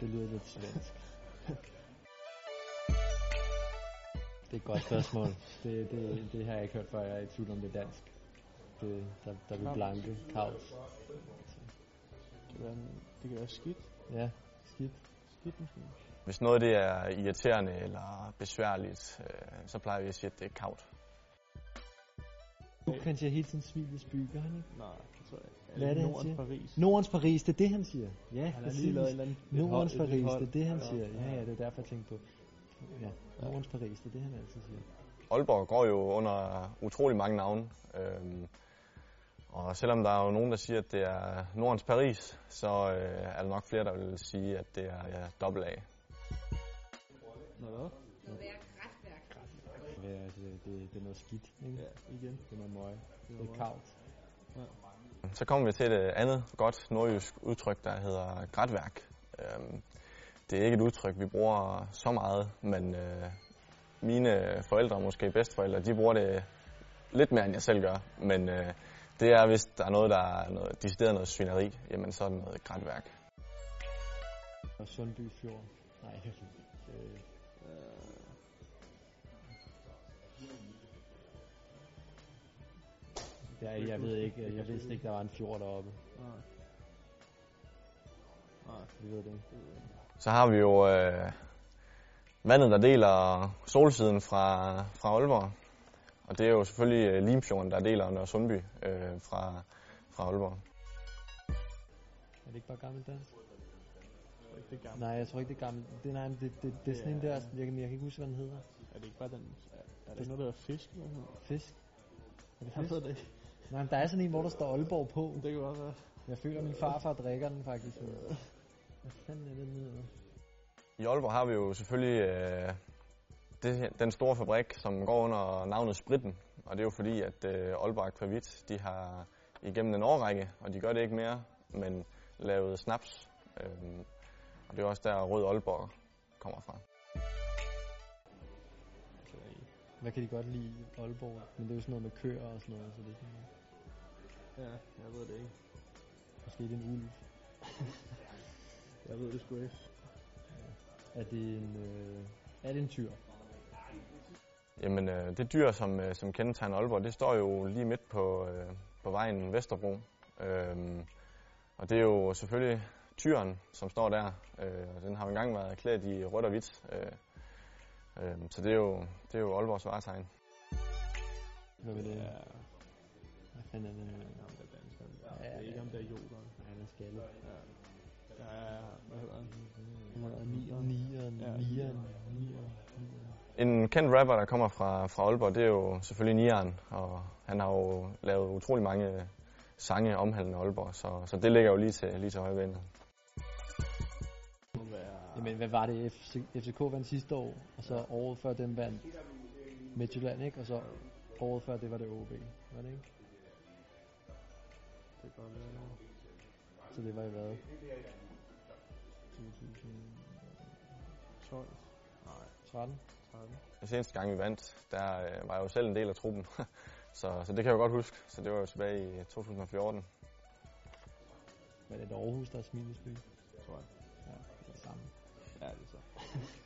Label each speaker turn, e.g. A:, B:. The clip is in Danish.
A: Det lyder lidt svensk. det er et godt spørgsmål. Det, det, det har jeg ikke hørt før. Jeg er i tvivl om det er dansk. Det, der, der vil
B: Kavs.
A: blanke. Kavs.
B: Det kan være, det kan være skidt.
A: Ja, skidt.
B: Skidt måske.
C: Hvis noget det er irriterende eller besværligt, øh, så plejer vi at sige, at det er kavt.
A: Du kan sige hele tiden smil i spy, gør han ikke?
B: Nej, det tror jeg ikke.
A: Hvad er det, han
B: Norden,
A: siger?
B: Paris.
A: Nordens Paris, det er det, han siger. Ja,
B: Han har
A: præcis.
B: lige lavet en eller anden... et
A: Nordens
B: hold- et
A: Paris,
B: hold.
A: det er det, han
B: Ja.
A: siger. Ja, ja, det er derfor, jeg tænkte på. Ja, Nordens Paris, det er det, han altid siger.
C: Aalborg går jo under utrolig mange navne. Øhm, og selvom der er jo nogen, der siger, at det er Nordens Paris, så øh, er der nok flere, der vil sige, at det er ja, dobbelt A.
B: Nå, hvad?
A: Ja, det, det, det er noget skidt, ikke?
B: Ja, igen.
A: Det er noget møg. Det
B: meget-
A: er kavt.
C: Så kommer vi til et øh, andet godt nordjysk udtryk, der hedder grætværk. Øhm, Det er ikke et udtryk, vi bruger så meget, men øh, mine forældre, måske bedsteforældre, de bruger det lidt mere, end jeg selv gør. Men øh, det er, hvis der er noget, der er noget, decideret noget svineri, jamen så er det noget grætværk.
A: Og Sundby Fjord. Nej, det er- øh, det er, jeg ved ikke, jeg, jeg vidste ikke, der var en fjord deroppe.
B: Nej. Nej,
A: Vi ved det ikke.
B: det ved jeg ikke.
C: Så har vi jo øh, vandet, der deler solsiden fra, fra Aalborg. Og det er jo selvfølgelig øh, Limfjorden, der deler Nørre Sundby øh, fra, fra Aalborg.
A: Er det ikke bare gammelt dansk?
B: Jeg tror ikke, det er gammelt.
A: Nej, jeg tror ikke, det er gammelt. Det, nej, men det, det, det er sådan en der, jeg, kan- jeg kan ikke huske, hvad den hedder.
B: Er det ikke bare den... Er, er der ikke noget, der hedder fisk? Eller noget?
A: Fisk? Er det
B: Jeg ved
A: fisk?
B: det ikke.
A: Nej, men der er sådan en, hvor der står Aalborg på.
B: Det kan godt være.
A: Jeg føler, at min farfar drikker den faktisk. Øh, Hvad fanden er det nede?
C: I Aalborg har vi jo selvfølgelig øh, det, den store fabrik, som går under navnet Spritten. Og det er jo fordi, at øh, Aalborg Aquavit, de har igennem en årrække, og de gør det ikke mere, men lavet snaps. Øh, og det er også der Rød Aalborg kommer fra.
B: Det er ikke-
A: Hvad kan de godt lide i Aalborg? Men det er jo sådan noget med køer og sådan noget, så det er sådan,
B: Ja, jeg ved det ikke.
A: måske det er en ulv.
B: Jeg ved det sgu ikke.
A: Er det en, øh, er det en tyr?
C: Jamen, øh, det dyr, som, øh, som kendetegner Aalborg, det står jo lige midt på, øh, på vejen Vesterbro. Øhm, og det er jo selvfølgelig tyren, som står der. Øh, og den har jo engang været klædt i rødt og hvidt. Øh, øh, så det er, jo, det er jo Aalborgs varetegn.
A: Hvad vil det?
B: Ja,
A: Hvad fanden er det?
B: det er
A: nu?
B: ham der danskeren. Ja,
A: Ja,
B: det er ikke
A: ja.
B: ham der joderen.
A: Nej, den skal ikke.
B: Ja. Der er... Hvad hedder han?
A: Nieren. Nieren.
B: Ja.
A: Nieren. Nieren.
C: En kendt rapper, der kommer fra, fra Aalborg, det er jo selvfølgelig Nian. Og han har jo lavet utrolig mange sange omhandlende Aalborg, så, så det ligger jo lige til, lige til højre benet.
B: Det må være...
A: Jamen, hvad var det? FC, FCK vandt sidste år, og så året før dem vandt Midtjylland, ikke? Og så året før, det var det OB, var det ikke?
B: Det kan godt være...
A: Så det var i hvad?
B: 2012. Nej,
A: 13?
B: 13.
C: Den seneste gang vi vandt, der øh, var jeg jo selv en del af truppen, så, så det kan jeg jo godt huske. Så det var jo tilbage i øh, 2014.
A: Var det et Aarhus, der er smilesby?
B: Tror jeg.
A: Ja, det er det samme.
B: Ja, det er så.